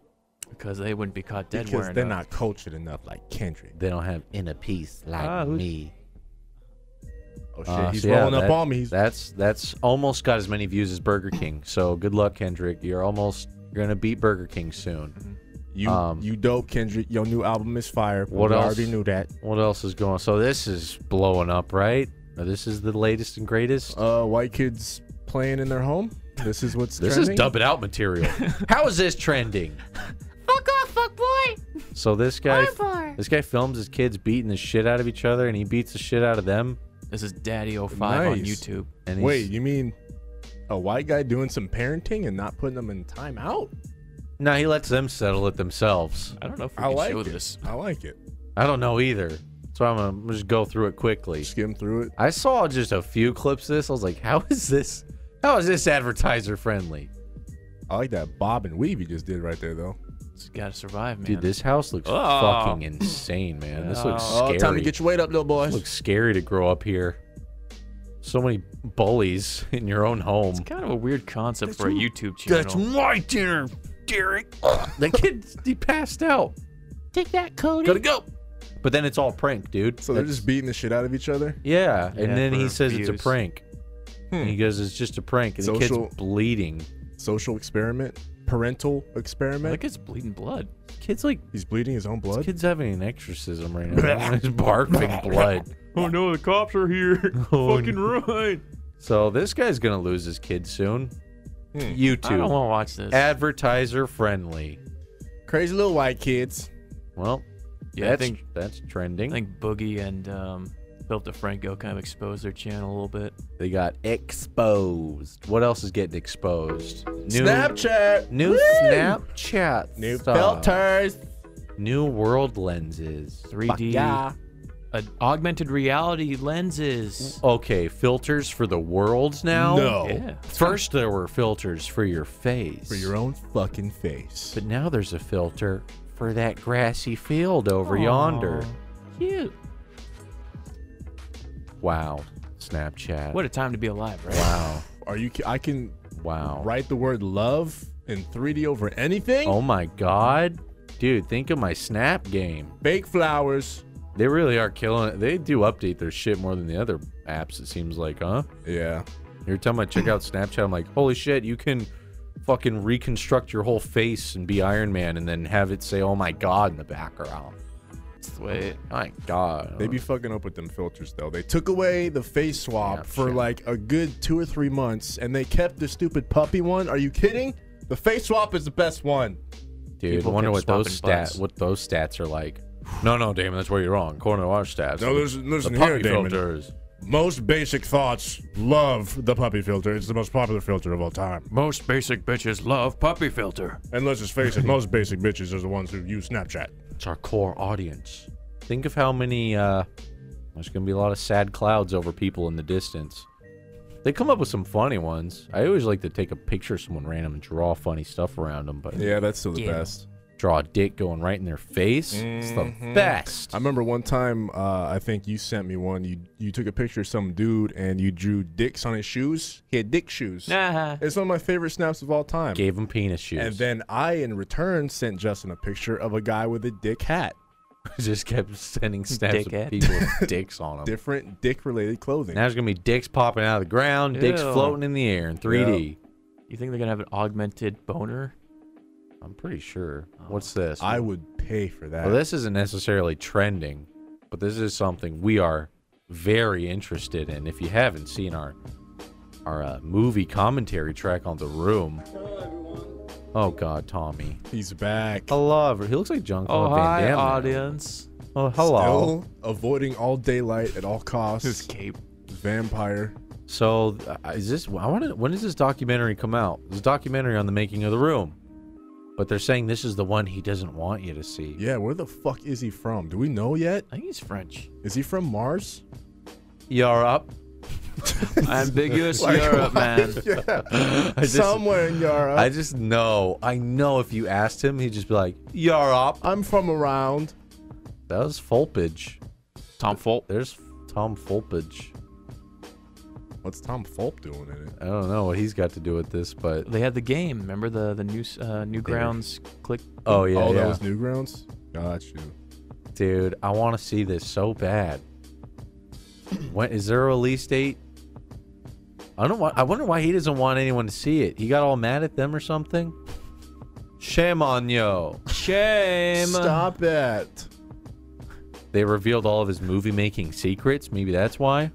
because they wouldn't be caught dead
Because
wearing.
they're
a-
not cultured enough like Kendrick.
They don't have inner peace like
Ah, who's-
me.
Oh shit,
Uh,
he's
so yeah,
rolling up
that-
on me. He's
That's that's almost got as many views as Burger King. So good luck, Kendrick. You're almost you're gonna beat Burger King soon.
you,
um,
you dope, Kendrick. Your new album is fire. but
What
we
else?
already knew that.
What else is going? So this is blowing up, right? Now, This is the latest and greatest.
Uh, white kids playing in their home. This is what's
This
trending.
is dub it out material. How is this trending?
Fuck off, fuck boy!
So this guy,
Armbar!
this guy films his kids beating the shit out of each other, and he beats the shit out of them.
This is Daddy 05 on
Nice.
YouTube.
And he's-
Wait, you mean a white guy doing some parenting and not putting them in timeout?
no, he lets them settle it themselves.
I don't know if we
I
can
like
show
it.
this.
I like it.
I don't know either, so I'm gonna I'm gonna just go through it quickly.
Skim through it.
I saw just a few clips of this. I was like, how is this? How is this advertiser friendly?
I like that Bob and Weave you just did right there, though.
It's gotta survive, man.
Dude, this house looks
Oh.
fucking insane, man. This looks
Oh,
scary.
your weight up, little boys.
This looks scary to grow up here. So many bullies in your own home.
It's kind of a weird concept for a YouTube channel.
my dinner, Derek. the kid, he passed out.
Take that, Cody!
Gotta go. But then it's all prank, dude.
so they're
That's-
just beating the shit out of each other.
yeah. Hmm.
Yeah,
And then he
for
says it's
views.
a prank. And he goes, it's just a prank. And the
Social-
kid's bleeding.
Social experiment, parental experiment.
Look, it's bleeding blood.
Kid's like
He's bleeding his own
This
blood.
kid's having an exorcism right now. He's barfing blood.
Oh no, the cops are here.
Oh,
Fucking run.
So this guy's gonna lose his kid soon.
Hmm.
I don't
YouTube
want to watch this.
advertiser friendly.
Crazy little white kids.
Well,
yeah, I
that's
think
that's trending.
I think Boogie and um, Philip DeFranco kind of exposed their channel a little bit.
they got exposed. What else is getting exposed? New
Snapchat.
new
Woo!
Snapchat,
New
stuff.
filters.
new world lenses.
3D, uh, augmented reality lenses.
Okay, filters for the world now.
No.
Yeah.
First, there were filters for your face.
For your own fucking face.
But now there's a filter for that grassy field over yonder.
Cute.
Wow. Snapchat.
What a time to be alive, right?
Wow.
Are you? ki- I can
Wow.
write the word love in 3D over anything.
Oh my god. Dude, think of my Snap game.
Fake flowers.
They really are killing it. They do update their shit more than the other apps, it seems like, huh?
Yeah.
Every time I check out Snapchat, I'm like, holy shit, you can fucking reconstruct your whole face and be Iron Man and then have it say, oh my god, in the background.
That's the way.
My god.
They be fucking up with them filters though. They took away the face swap
Yeah,
for
shit.
like a good two or three months, and they kept the stupid puppy one. Are you kidding? The face swap is the best one.
Dude,
People
wonder
kept
what those
swapping butts.
stats what those stats are like. No, no, Damon, that's where you're wrong. According to our stats,
No,
the-
listen- listen
the puppy
here, Damon.
filters.
Most basic thoughts love the puppy filter. It's the most popular filter of all time.
Most basic bitches love puppy filter.
And let's just face it, most basic bitches are the ones who use Snapchat.
It's our core audience. Think of how many. uh There's gonna be a lot of sad clouds over people in the distance. They come up with some funny ones. I always like to take a picture of someone random and draw funny stuff around them, but
Yeah, that's still the best.
draw a dick going right in their face. It's
Mm-hmm.
the best.
I remember one time, uh, I think you sent me one. You you took a picture of some dude and you drew dicks on his shoes. He had dick shoes.
Nah.
It's one of my favorite snaps of all time.
Gave them penis shoes.
And then I, in return, sent Justin a picture of a guy with a dick hat.
just kept sending snaps
Dickhead.
of people with dicks on them.
Different dick related clothing.
Now there's gonna be dicks popping out of the ground, dicks
Ew.
floating in the air in 3D.
You think they're gonna have an augmented boner?
I'm pretty sure. What's
Oh.
this?
I would pay for that.
well, this isn't necessarily trending, but this is something we are very interested in. If you haven't seen our our uh, movie commentary track on the room, oh god, Tommy,
He's back.
I love her. He looks like John Claude
oh
Van
hi,
Damme. now.
audience.
Oh hello.
Still avoiding all daylight at all
This
costs.
cape.
Vampire.
So uh, is this? I want to. When does this documentary come out? This documentary on the making of the room, but they're saying this is the one he doesn't want you to see.
Yeah, where the fuck is he from? Do we know yet?
I think he's French.
Is he from Mars?
Europe.
Ambiguous Europe, man.
I just,
Somewhere in Europe.
I just know. I know if you asked him, he'd just be like, Europe.
I'm from around.
That was Fulpage.
Tom Folt.
There's Tom Fulpage.
What's Tom Fulp doing in it?
I don't know what he's got to do with this, but
They had the game. Remember the the new uh, Newgrounds click?
oh yeah,
oh,
yeah.
that was Newgrounds? Got you.
dude. I want to see this so bad. When is there a release date? I don't. Want, I wonder why he doesn't want anyone to see it. He got all mad at them or something. Shame on you.
Shame.
Stop it.
They revealed all of his movie making secrets. Maybe that's why.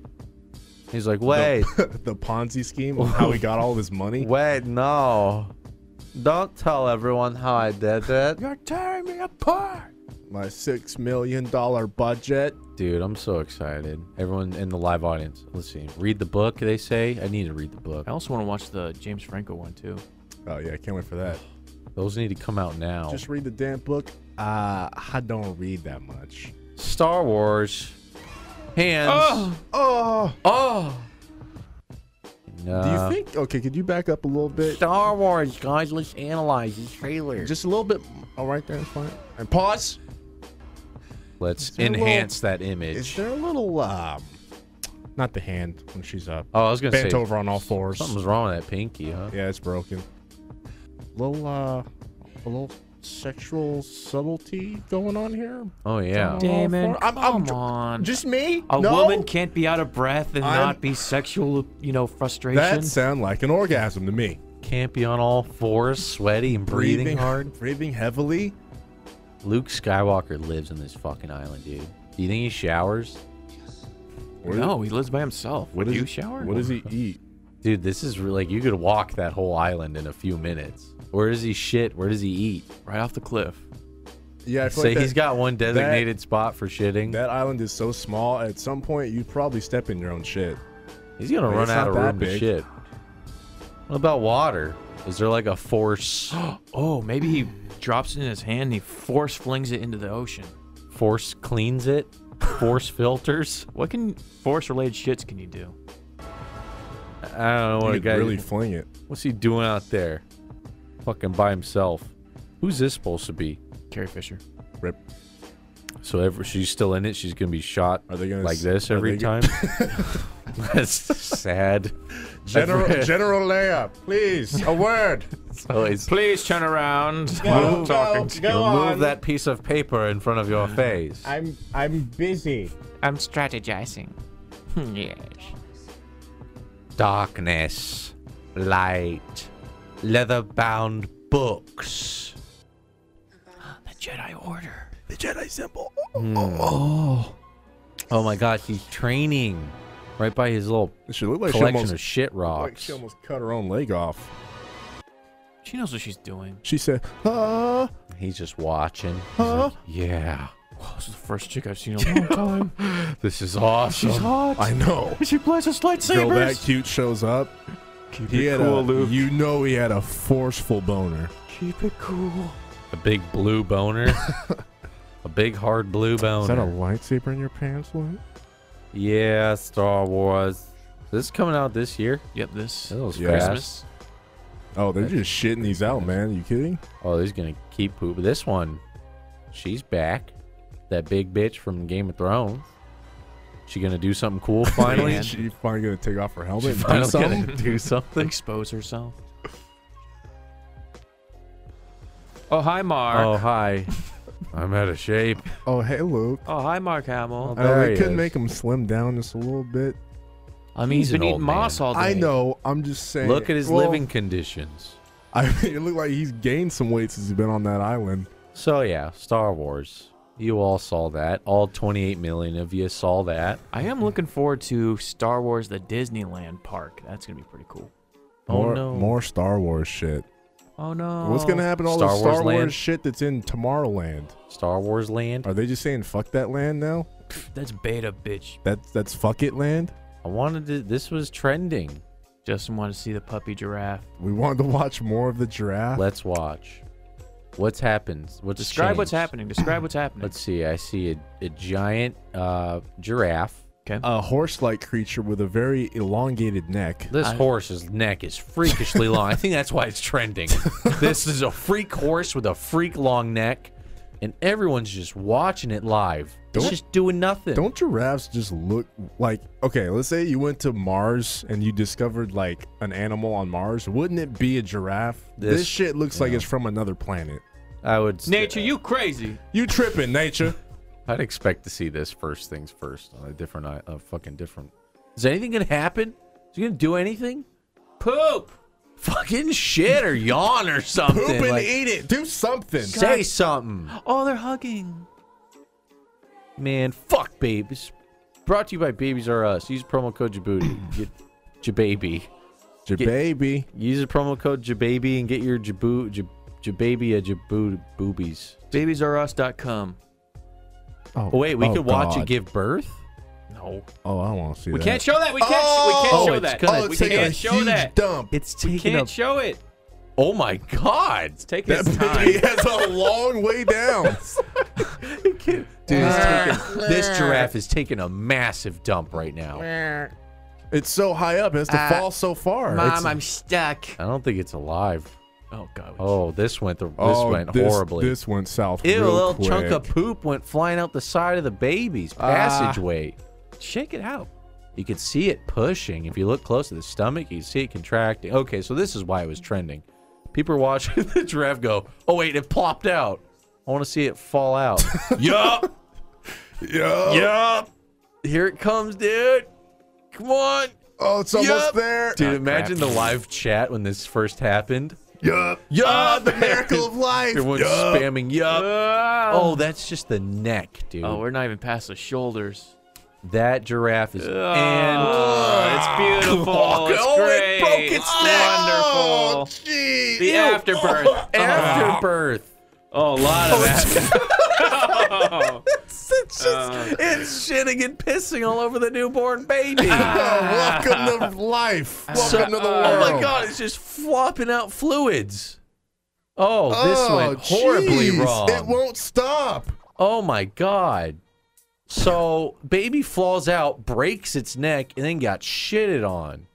He's like, wait,
the Ponzi scheme of how he got all this money.
wait, no. Don't tell everyone how I did it.
You're tearing me apart. My six million dollar budget.
Dude, I'm so excited. Everyone in the live audience, let's see. Read the book, they say. I need to read the book.
I also want to watch the James Franco one too.
Oh yeah, I can't wait for that.
Those need to come out now.
Just read the damn book. Uh, I don't read that much.
Star Wars. Hands.
Oh!
Oh, Uh,
No.
do you think? Okay, could you back up a little bit?
Star Wars, guys, let's analyze these trailers.
Just a little bit. All right, there, fine. And pause.
let's
there a little-
enhance that
Is
image.
there a little um, not the hand when she's up,
Oh, I was gonna
bent
say
over on all fours?
something's wrong with that pinky, huh?
Yeah, it's broken. little uh, a little sexual subtlety going on here.
Oh yeah.
Something-
Damon,
I'm-
come
I'm dr-
on.
Just me?
a
no?
woman can't be out of breath and
I'm-
not be sexual, you know, frustration.
That sound like an orgasm to me.
Can't be on all fours, sweaty and breathing, hard.
breathing heavily.
Luke Skywalker lives on this fucking island, dude. Do you think he showers?
What
no, he lives by himself. Would you shower?
What does he eat?
Dude, this is re- like you could walk that whole island in a few minutes. Where does he shit? Where does he eat?
Right off the cliff.
Yeah, I
Say
feel like that,
he's got one designated spot for shitting.
that island is so small. At some point, you'd probably step in your own shit.
he's gonna
Wait,
run
it's
out
not
of
that
room to
big.
shit. What about water? Is there like a force
Oh, maybe he drops it in his hand and he force flings it into the ocean.
force cleans it? Force filters?
What can force related shits can you do?
I don't know what
You
a
could
guy
really fling it.
what's he doing out there? Fucking by himself. Who's this supposed to be?
Carrie Fisher.
Rip.
So ever she's still in it, she's gonna be shot
Are they gonna
like
s-
this
are
every
they gonna-
time? That's sad.
General General Leia, please, a word.
So it's-
Please turn around.
Go,
talking
remove that piece of paper in front of your face.
I'm I'm busy.
I'm strategizing. yes.
Darkness, light, leather-bound books.
The Jedi Order.
The Jedi symbol.
Oh my gosh, he's training right by his little
She looked like she
collection
almost,
of shit
like
rocks.
she almost cut her own leg off.
She knows what she's doing.
She said, "Ah,
He's just watching. He's
Huh?
like, yeah,
Oh, this is the first chick I've seen in a long time. Oh,
this is awesome.
She's hot.
I know."
she plays with
Girl that
lightsabers.
cute shows up. He had a, you know he had a forceful boner.
Keep it cool.
A big blue boner. a big hard blue boner.
Is that a lightsaber in your pants, Luke?
yeah, Star Wars. This is coming out this year.
Yep, this
That was
Yeah.
fast.
Christmas.
Oh, they're just shitting these out, man. You kidding?
Oh, he's gonna keep poop. This one, she's back. That big bitch from Game of Thrones. She gonna do something cool finally.
Man.
she finally gonna take off her helmet.
She
and do
finally
something?
gonna do something.
Expose herself. Oh, hi, Mark.
Oh hi, I'm out of shape.
Oh, hey, Luke.
Oh, hi, Mark Hamill.
There
Uh,
he
they could
is.
make him slim down just a little bit.
I mean,
He's
he's been
an
eating
old
moss all day.
I know. I'm just saying.
Look at his
Well,
living conditions.
I mean, it looked like he's gained some weight since he's been on that island.
So yeah, Star Wars. You all saw that. All 28 million of you saw that.
I am looking forward to Star Wars: The Disneyland Park. That's gonna be pretty cool. Oh,
More,
no.
more Star Wars shit.
Oh no!
What's gonna happen to all
Star
the
Wars
Star Wars,
land?
shit that's in Tomorrowland?
Star Wars Land.
Are they just saying fuck that land now?
That's beta, bitch.
That's that's fuck it land.
I wanted to. This was trending.
Justin wanted to see the puppy giraffe.
We wanted to watch more of the giraffe.
Let's watch. What's happened? What's
Describe what's
changed?
happening. Describe what's happening.
Let's see. I see a, a giant uh, giraffe
Okay.
a horse-like creature with a very elongated neck.
This horse's neck is freakishly long. I think that's why it's trending. this is a freak horse with a freak long neck, and everyone's just watching it live.
Don't-
it's just doing nothing.
Don't giraffes just look like okay? Let's say you went to Mars and you discovered like an animal on Mars. Wouldn't it be a giraffe? This,
This-
shit looks like it's from another planet.
I would.
Nature, you crazy.
You tripping, nature?
I'd expect to see this first things first on a different, i- a fucking different. Is anything gonna happen? Is you gonna do anything?
Poop.
Fucking shit or yawn or something.
Poop and
like,
eat it. Do something.
Say something.
Oh, they're hugging.
Man, fuck babies. Brought to you by Babies R Us. Use promo code Djibouti. Get Jababy.
Your baby.
Use the promo code Jababy and get your Jabu Jab, Jababy a Jabu boobies.
Babiesareus.com.
Oh, wait, we
oh,
could watch
God.
it give birth.
No.
Oh, I want to see
We
that.
can't show that. We can't, we
Oh,
can't show
it's
that.
gonna
Oh,
we
it's
take
taking a
can't show
huge
that.
dump.
It's
We
taking
can't show it.
Oh my God!
It's taking
That
its time.
baby has a long way down.
Dude, it's taking, this giraffe is taking a massive dump right now.
It's so high up, it has to
Uh,
fall so far. It's-
Mom, I'm stuck.
I don't think it's alive.
Oh, God.
Oh, this went the, this
Oh,
went
this-
horribly.
This went south.
Ew, a
real
little
quick. Ah.
chunk of poop went flying out the side of the baby's passageway.
Shake it out.
You could see it pushing. If you look close to the stomach, you see it contracting. Okay, so this is why it was trending. People are watching the giraffe go, oh, wait, it plopped out. I want to see it fall out. yup.
Yeah.
Yup. Here it comes, dude. Come on.
Oh, it's almost
Yup.
there.
Dude, imagine the live chat when this first happened.
Yup.
Yup.
Ah, the miracle of life.
Everyone's
Yup.
spamming, yup. Oh, that's just the neck, dude.
Oh, we're not even past the shoulders.
that giraffe is.
Oh, it's beautiful.
Oh,
it's
oh, it
great.
broke its
Wonderful.
Oh, gee.
The
Ew.
afterbirth.
Oh.
and afterbirth.
Oh, a lot of that.
It's just it's shitting and pissing all over the newborn baby.
Oh, welcome to life. Welcome
So-
to the world.
oh my god, it's just flopping out fluids. Oh, this
Oh,
went horribly
jeez.
wrong.
It won't stop.
oh my god. So baby falls out, breaks its neck, and then got shitted on.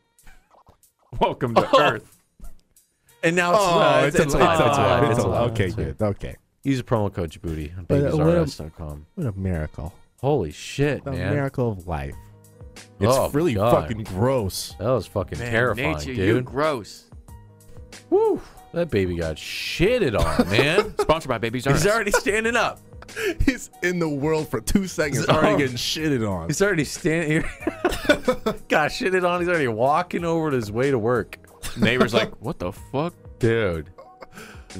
Welcome to Earth.
And now
Oh,
it's, uh, it's, it's alive. It's alive. It's alive.
Okay,
It's alive.
good. Okay.
Use the promo code Djibouti on
But, uh, what am-
babiesrs.com.
What a miracle.
Holy shit, man.
miracle of life. It's
Oh,
really
God.
fucking gross.
That was fucking
Man,
terrifying,
nature, you
dude.
gross.
Woo! That baby got shitted on, man.
Sponsored by Babies R Us.
He's already standing up.
He's in the world for two seconds,
So-
already getting shitted on.
Oh. He's already standing here. got shitted on. He's already walking over to his way to work.
Neighbor's like, what the fuck?
Dude.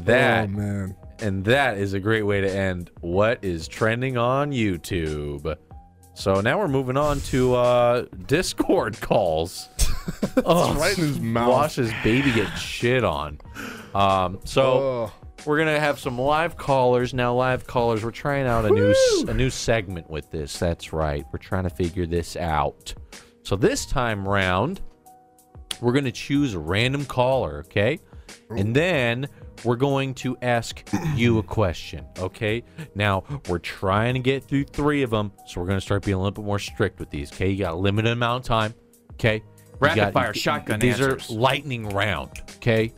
That
Oh man.
and that is a great way to end what is trending on YouTube. So now we're moving on to uh Discord calls. oh,
Right in his mouth.
watch this baby get shit on. Um, so
Oh.
We're gonna have some live callers now. Live callers, we're trying out a new s- a new segment with this. That's right, we're trying to figure this out. So this time round, we're gonna choose a random caller, okay? And then we're going to ask you a question, okay? Now we're trying to get through three of them, so we're gonna start being a little bit more strict with these, okay? You got a limited amount of time, okay? You
Rapid
got-
fire shotgun
These
answers.
are lightning round, okay?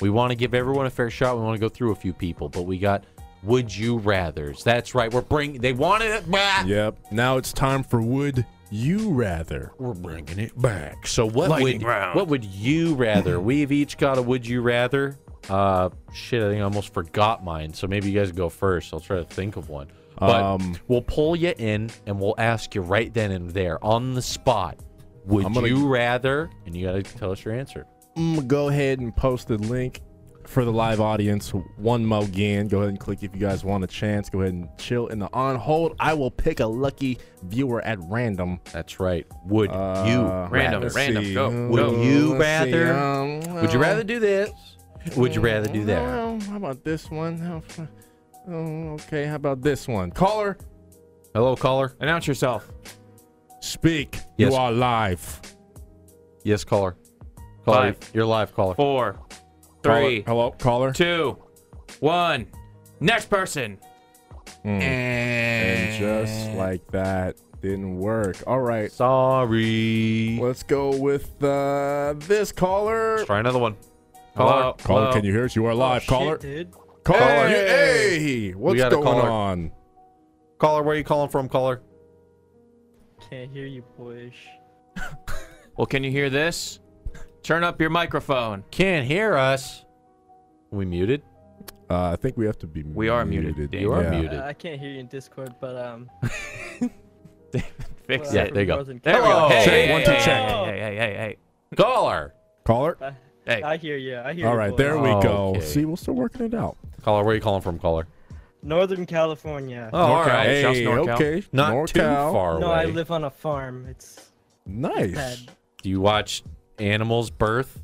We want to give everyone a fair shot. We want to go through a few people, but we got would you rather's. That's right. We're bringing. They wanted it back.
Yep. Now it's time for would you rather?
We're bringing it back. So what
Lightning
would
round.
what would you rather? We've each got a would you rather. Uh, shit. I think I almost forgot mine. So maybe you guys go first. I'll try to think of one. But
Um,
we'll pull you in and we'll ask you right then and there on the spot. Would
I'm gonna-
you rather? And you got to tell us your answer.
I'm gonna go ahead and post the link for the live audience one more again. Go ahead and click if you guys want a chance. Go ahead and chill in the on hold. I will pick a lucky viewer at random.
That's right. Would
Uh,
you
Random,
rather?
let's
random,
see.
go,
Uh,
Would
go.
you
let's see.
rather?
Um,
Would you
uh,
rather do this? Would you rather do that?
Well, how about this one? How f- oh, okay, how about this one? Caller,
Hello, caller.
Announce yourself.
speak.
Yes.
You are live.
Yes, caller. Caller,
Five.
you're live, caller.
Four,
Caller-
three,
Hello, caller.
two, one. Next person.
Mm. And just Hmm. like that, Didn't work. All right.
Sorry.
Let's go with uh, this caller.
Let's try another one.
Caller,
Hello?
caller
Hello?
can you hear us? You are live, caller.
Oh, Shit, dude.
Caller,
Hey!
hey, what's
got a
going
caller.
on?
Caller, where are you calling from, caller?
Can't hear you, boyish.
Well, can you hear this? Turn up your microphone.
Can't hear us. We muted?
Uh, I think we have to be.
We are muted, Dave.
You are
Yeah.
muted.
Uh, I can't hear you in Discord, but um.
Fix
Yeah,
it.
there you go.
Wasn't-
There
Hello.
we go. Hey,
Check,
hey,
one,
hey,
two,
hey,
check.
Hey, hey, hey, hey,
Caller.
Caller.
I,
hey. hey.
I hear you. I hear.
All
you,
right,
boys.
there we go.
Okay.
See, we're still working it out.
Caller, where are you calling from, caller?
Northern California.
Oh, all
NorCal.
right.
Hey, shout
Hey,
NorCal.
okay,
Not
NorCal.
too far
no,
away.
I live on a farm. It's bad.
Nice.
Do you watch animals birth?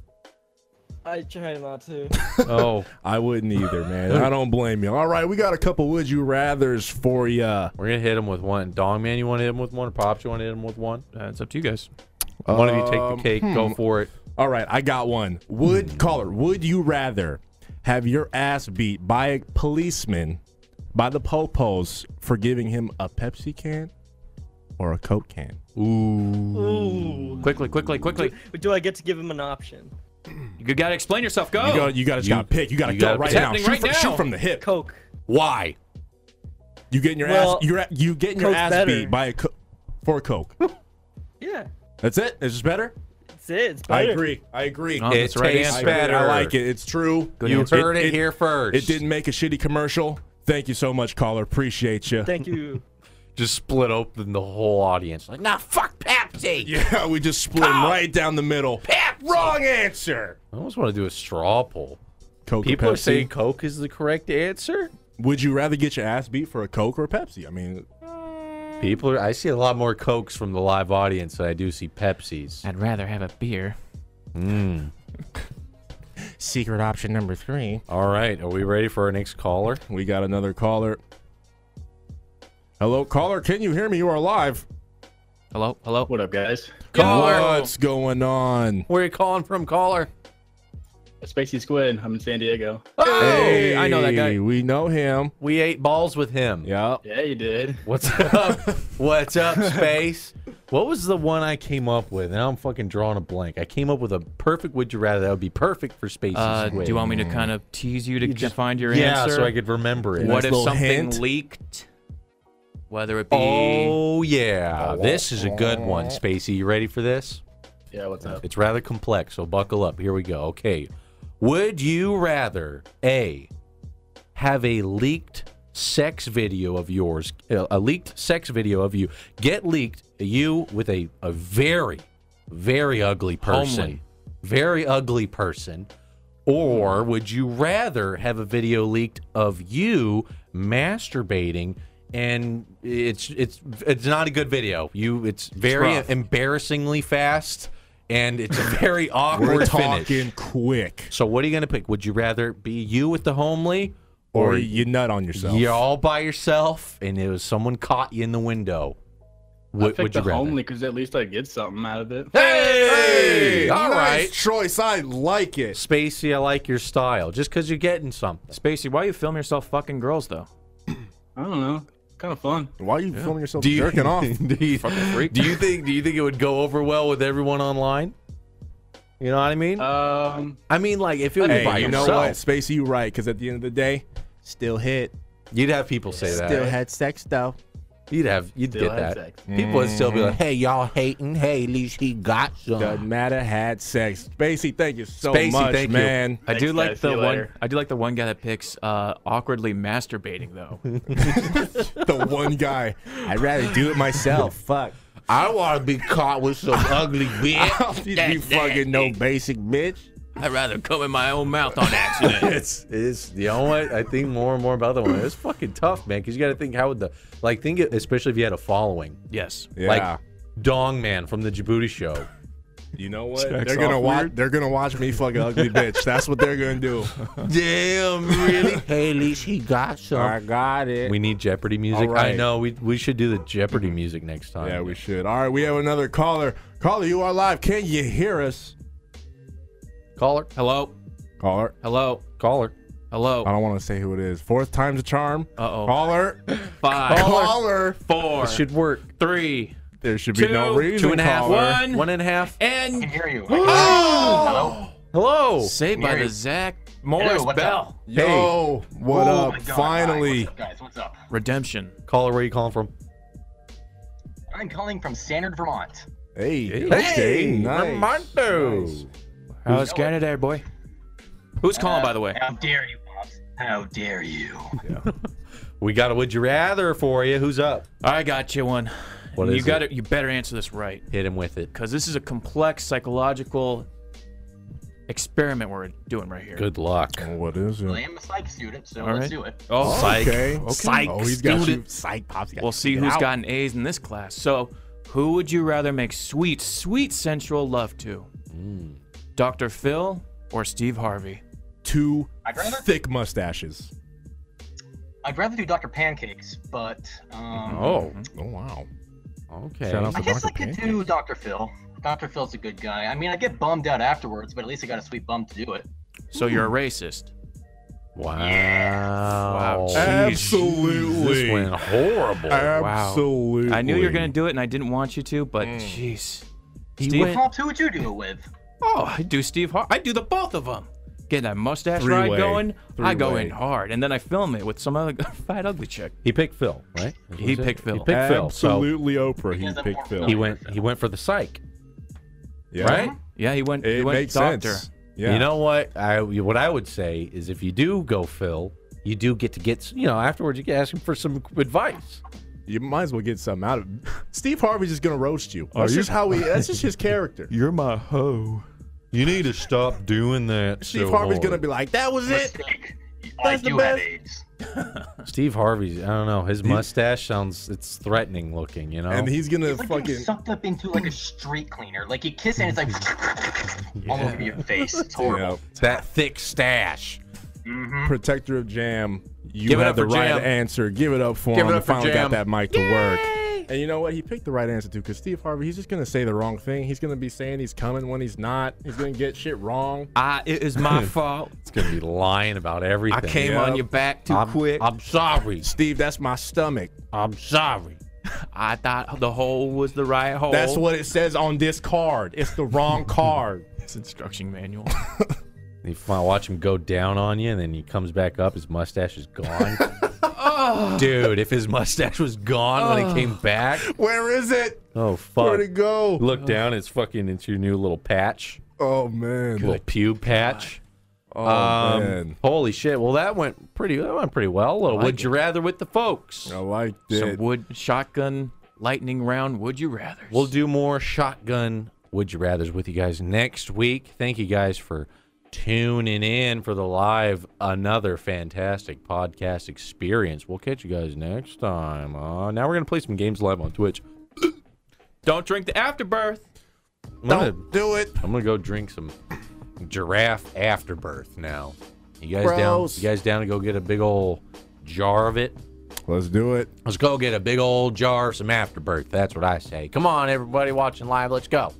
I try not to.
oh,
I wouldn't either, man. I don't blame you. All right, we got a couple would you rather's for ya.
we're gonna hit him with one. Dong man, you want to hit him with one? Or Pops, you want to hit him with one?
Uh, it's up to you guys.
One of you take the
Um,
cake. Go for it.
All right, I got one. Would caller, would you rather have your ass beat by a policeman by the popos for giving him a Pepsi can or a Coke can?
Ooh.
Quickly, quickly, quickly.
Do I get to give him an option?
You gotta explain yourself. Go.
You got you got to
You-
got pick. You got to
you
go
gotta
right
pick.
now.
Happening
Shoot,
right
from,
now.
shoot from the hip.
Coke.
Why? You getting your
Well,
ass you're you getting your
Coke's
ass
better.
beat by a co- for a Coke.
Yeah.
That's it. It's just better.
That's it. It's
I
better.
agree. I agree.
Oh, that's
It
right
tastes
I,
answer.
agree.
better.
I like it. It's true.
You
answer.
heard it, here first.
It didn't make a shitty commercial. Thank you so much, caller. Appreciate you.
Thank you.
Just split open the whole audience. Like, nah, fuck Pepsi.
Yeah, we just split 'em right down the middle. Wrong answer.
I almost want to do a straw poll.
Coke
People
or
are
Pepsi?
saying Coke is the correct answer.
Would you rather get your ass beat for a Coke or a Pepsi? I mean,
People are. I see a lot more Cokes from the live audience than I do see Pepsis.
I'd rather have a beer.
secret option number three.
All right, are we ready for our next caller?
We got another caller. Hello, caller. Can you hear me? You are live.
Hello, hello.
What up, guys?
What's going on?
Where are you calling from, caller?
Spacey Squid. I'm in San Diego.
Oh,
Hey,
I know that guy.
We know him.
We ate balls with him.
Yeah.
Yeah, you did.
What's up? What's up, space? What was the one I came up with? Now I'm fucking drawing a blank. I came up with a perfect would you rather that would be perfect for space.
Uh, do you want me to kind of tease you to
just-
find your
yeah,
answer?
so I could remember it.
Yeah.
What
Nice
if
little
something
hint.
leaked? Whether it be
Oh yeah, this is a good one, Spacey. You ready for this?
Yeah, what's up?
It's rather complex, so buckle up. Here we go. Okay. Would you rather A have a leaked sex video of yours, uh, a leaked sex video of you get leaked, you with a, a very, very ugly person,
Homely.
very ugly person, or would you rather have a video leaked of you masturbating? And it's it's it's not a good video. You it's very
rough.
embarrassingly fast, and it's a very awkward
We're
finish.
talking quick.
So what are you gonna pick? Would you rather be you with the homely,
Or you nut on yourself.
you're all by yourself and it was someone caught you in the window? What
I
would
picked
you
the
rather?
homely because at least I get something out of it.
Hey, all
nice
right,
choice. I like it.
Spacey, I like your style. Just because you're getting something.
Spacey, why you film yourself fucking girls though?
I don't know. Kind of fun.
Why are you filming yourself jerking off?
do, you, do you think? Do you think it would go over well with everyone online? You know what I mean?
Um,
I mean, like if it was by
Hey, you know
yourself,
what, Spacey, you right. Because at the end of the day, still hit,
you'd have people say that.
had sex though.
you'd have, you'd
Still
get that.
had sex.
People would still be like, "Hey, y'all hating? Hey, at least he got some."
Doesn't matter. Had sex. Spacey, thank you so
Spacey,
much,
thank you.
man.
I do
Thanks,
like
guys. See
the
you
one.
later.
I do like the one guy that picks uh, awkwardly masturbating though.
the one guy. I'd rather do it myself. Fuck.
I want to be caught with some ugly bitch.
I'll just be fucking no basic bitch.
I'd rather come in my own mouth on accident.
it's it's you know what I think more and more about that one. It's fucking tough, man, because you got to think how would the like think it, especially if you had a following
yes.
Yeah.
like Dong Man from the Djibouti show.
you know what? They're gonna
off
watch. They're gonna watch me fuck an ugly bitch. That's what they're gonna do.
Damn, really? hey, at least he got some.
got it.
We need Jeopardy music.
All right.
I know we we should do the Jeopardy music next time.
Yeah, we should. All right, we have another caller. Caller, you are live. Can you hear us?
caller,
Hello.
Caller.
Hello.
caller.
Hello.
I don't want to say who it is. Fourth time's a charm.
Uh-oh.
Caller.
Five,
Caller.
four,
Should work.
three,
There should be no
Two.
reason.
Two and a half.
caller.
One.
One and a half.
and
hear you. I can hear you. Hello?
Hello.
saved by
Mary-
the Zach Morris
Hello, what's
Bell.
up?
Yo, what
Oh my
up?
God, hi,
Finally.
what's up, guys, what's up?
Redemption.
Caller, where you calling from?
I'm calling from Standard, Vermont.
Hey. Okay. nice.
Remondo.
Nice.
How's going today, boy? Who's calling, by the way?
Uh,
How dare you, Pops? How dare you?
We got a would you rather for you. Who's up?
I got you one.
What
you
is
got
it?
You better answer this right,
Hit him with it.
because this is a complex psychological experiment we're doing right here.
Good luck.
What is
I
it?
am a psych student, so
All
let's
right.
do it.
Oh,
Okay.
Psych
Oh, he's got you.
student.
Psych pops. he got
We'll
you
see
figured
who's
out.
gotten A's in this class. So, who would you rather make sweet, sweet sensual love to?
Mm,
Dr. Phil or Steve Harvey?
two
I'd rather-
thick mustaches.
I'd rather do Dr. Pancakes, but um,
Mm-hmm.
Oh,
Oh wow.
okay.
Shout out
I
for
guess
Dr.
I could
Pancakes.
do Dr. Phil. Dr. Phil's a good guy. I mean, I get bummed out afterwards, but at least I got a sweet bum to do it.
So, you're a racist.
Wow.
Wow,
This
Absolutely.
went horrible.
Absolutely.
I knew you were going to do it and I didn't want you to, but jeez. Steve,
Pops, who would you do it with?
oh, I do Steve Harvey. I do the both of them. Get that mustache
Three-way.
ride going. I go
Three-way.
in hard, and then I film it with some other fat ugly chick.
He picked Phil, right? That's what
He
said.
picked Phil.
He picked Phil. So
Absolutely Oprah.
Because
He
I'm
picked
Oprah.
Phil.
he went. He went for the psych,
Yeah.
right?
Yeah, he went. he
It
went
makes
doctor.
sense. Yeah.
You know what? I what I would say is if you do go Phil, you do get to get you know afterwards you can ask him for some advice.
you might as well get something out of it. Steve Harvey's just gonna roast you. That's just how he. That's just his character.
You're my hoe. You need to stop doing that.
Steve Harvey's gonna be like, "That was it."
Mistake. I
the
do have
best.
AIDS.
Steve Harvey's. I don't know. His mustache sounds. It's threatening looking. You know.
And he's gonna
It's like
fucking.
being sucked up into like a street cleaner. Like you kiss it and it's like all over your face. It's
You
horrible.
know,
that thick stash.
protector of jam. You
Give it
had
up
the
for
right
Jam.
answer. Give it up for
Give
him.
it
He
up for
finally got
Jam.
that mic to work. And you know what? He picked the right answer too, because Steve Harvey, he's just gonna say the wrong thing. He's gonna be saying he's coming when he's not. He's gonna get shit wrong.
I, it is my fault.
It's gonna be lying about everything.
I came
Yep.
on your back too
I'm,
quick. i
I'm sorry.
Steve, that's my stomach.
I'm sorry.
thought the hole was the right hole.
That's what it says on this card. It's the wrong card.
his instruction manual.
You fi- watch him go down on you, and then he comes back up. His mustache is gone. Dude, if his mustache was gone when he came back,
Where is it?
oh
Where'd
fuck!
it go?
Look down. It's fucking. It's your new little patch,
Oh man.
little pube patch.
Oh
Um,
man.
Holy shit! Well, that went pretty. That went pretty well. A little would you rather with the folks?
I like
Some
it.
wood shotgun lightning round. Would you rather?
We'll do more shotgun would you rather's with you guys next week. Thank you guys for tuning in for the live another fantastic podcast experience. We'll catch you guys next time. Uh, now we're gonna play some games live on Twitch.
Don't drink the afterbirth.
I'm gonna,
do it.
I'm gonna go drink some giraffe afterbirth now. You guys down?
Gross.
You guys down to go get a big old jar of it?
Let's do it.
Let's go get a big old jar of some afterbirth. That's what I say. Come on, everybody watching live. Let's go.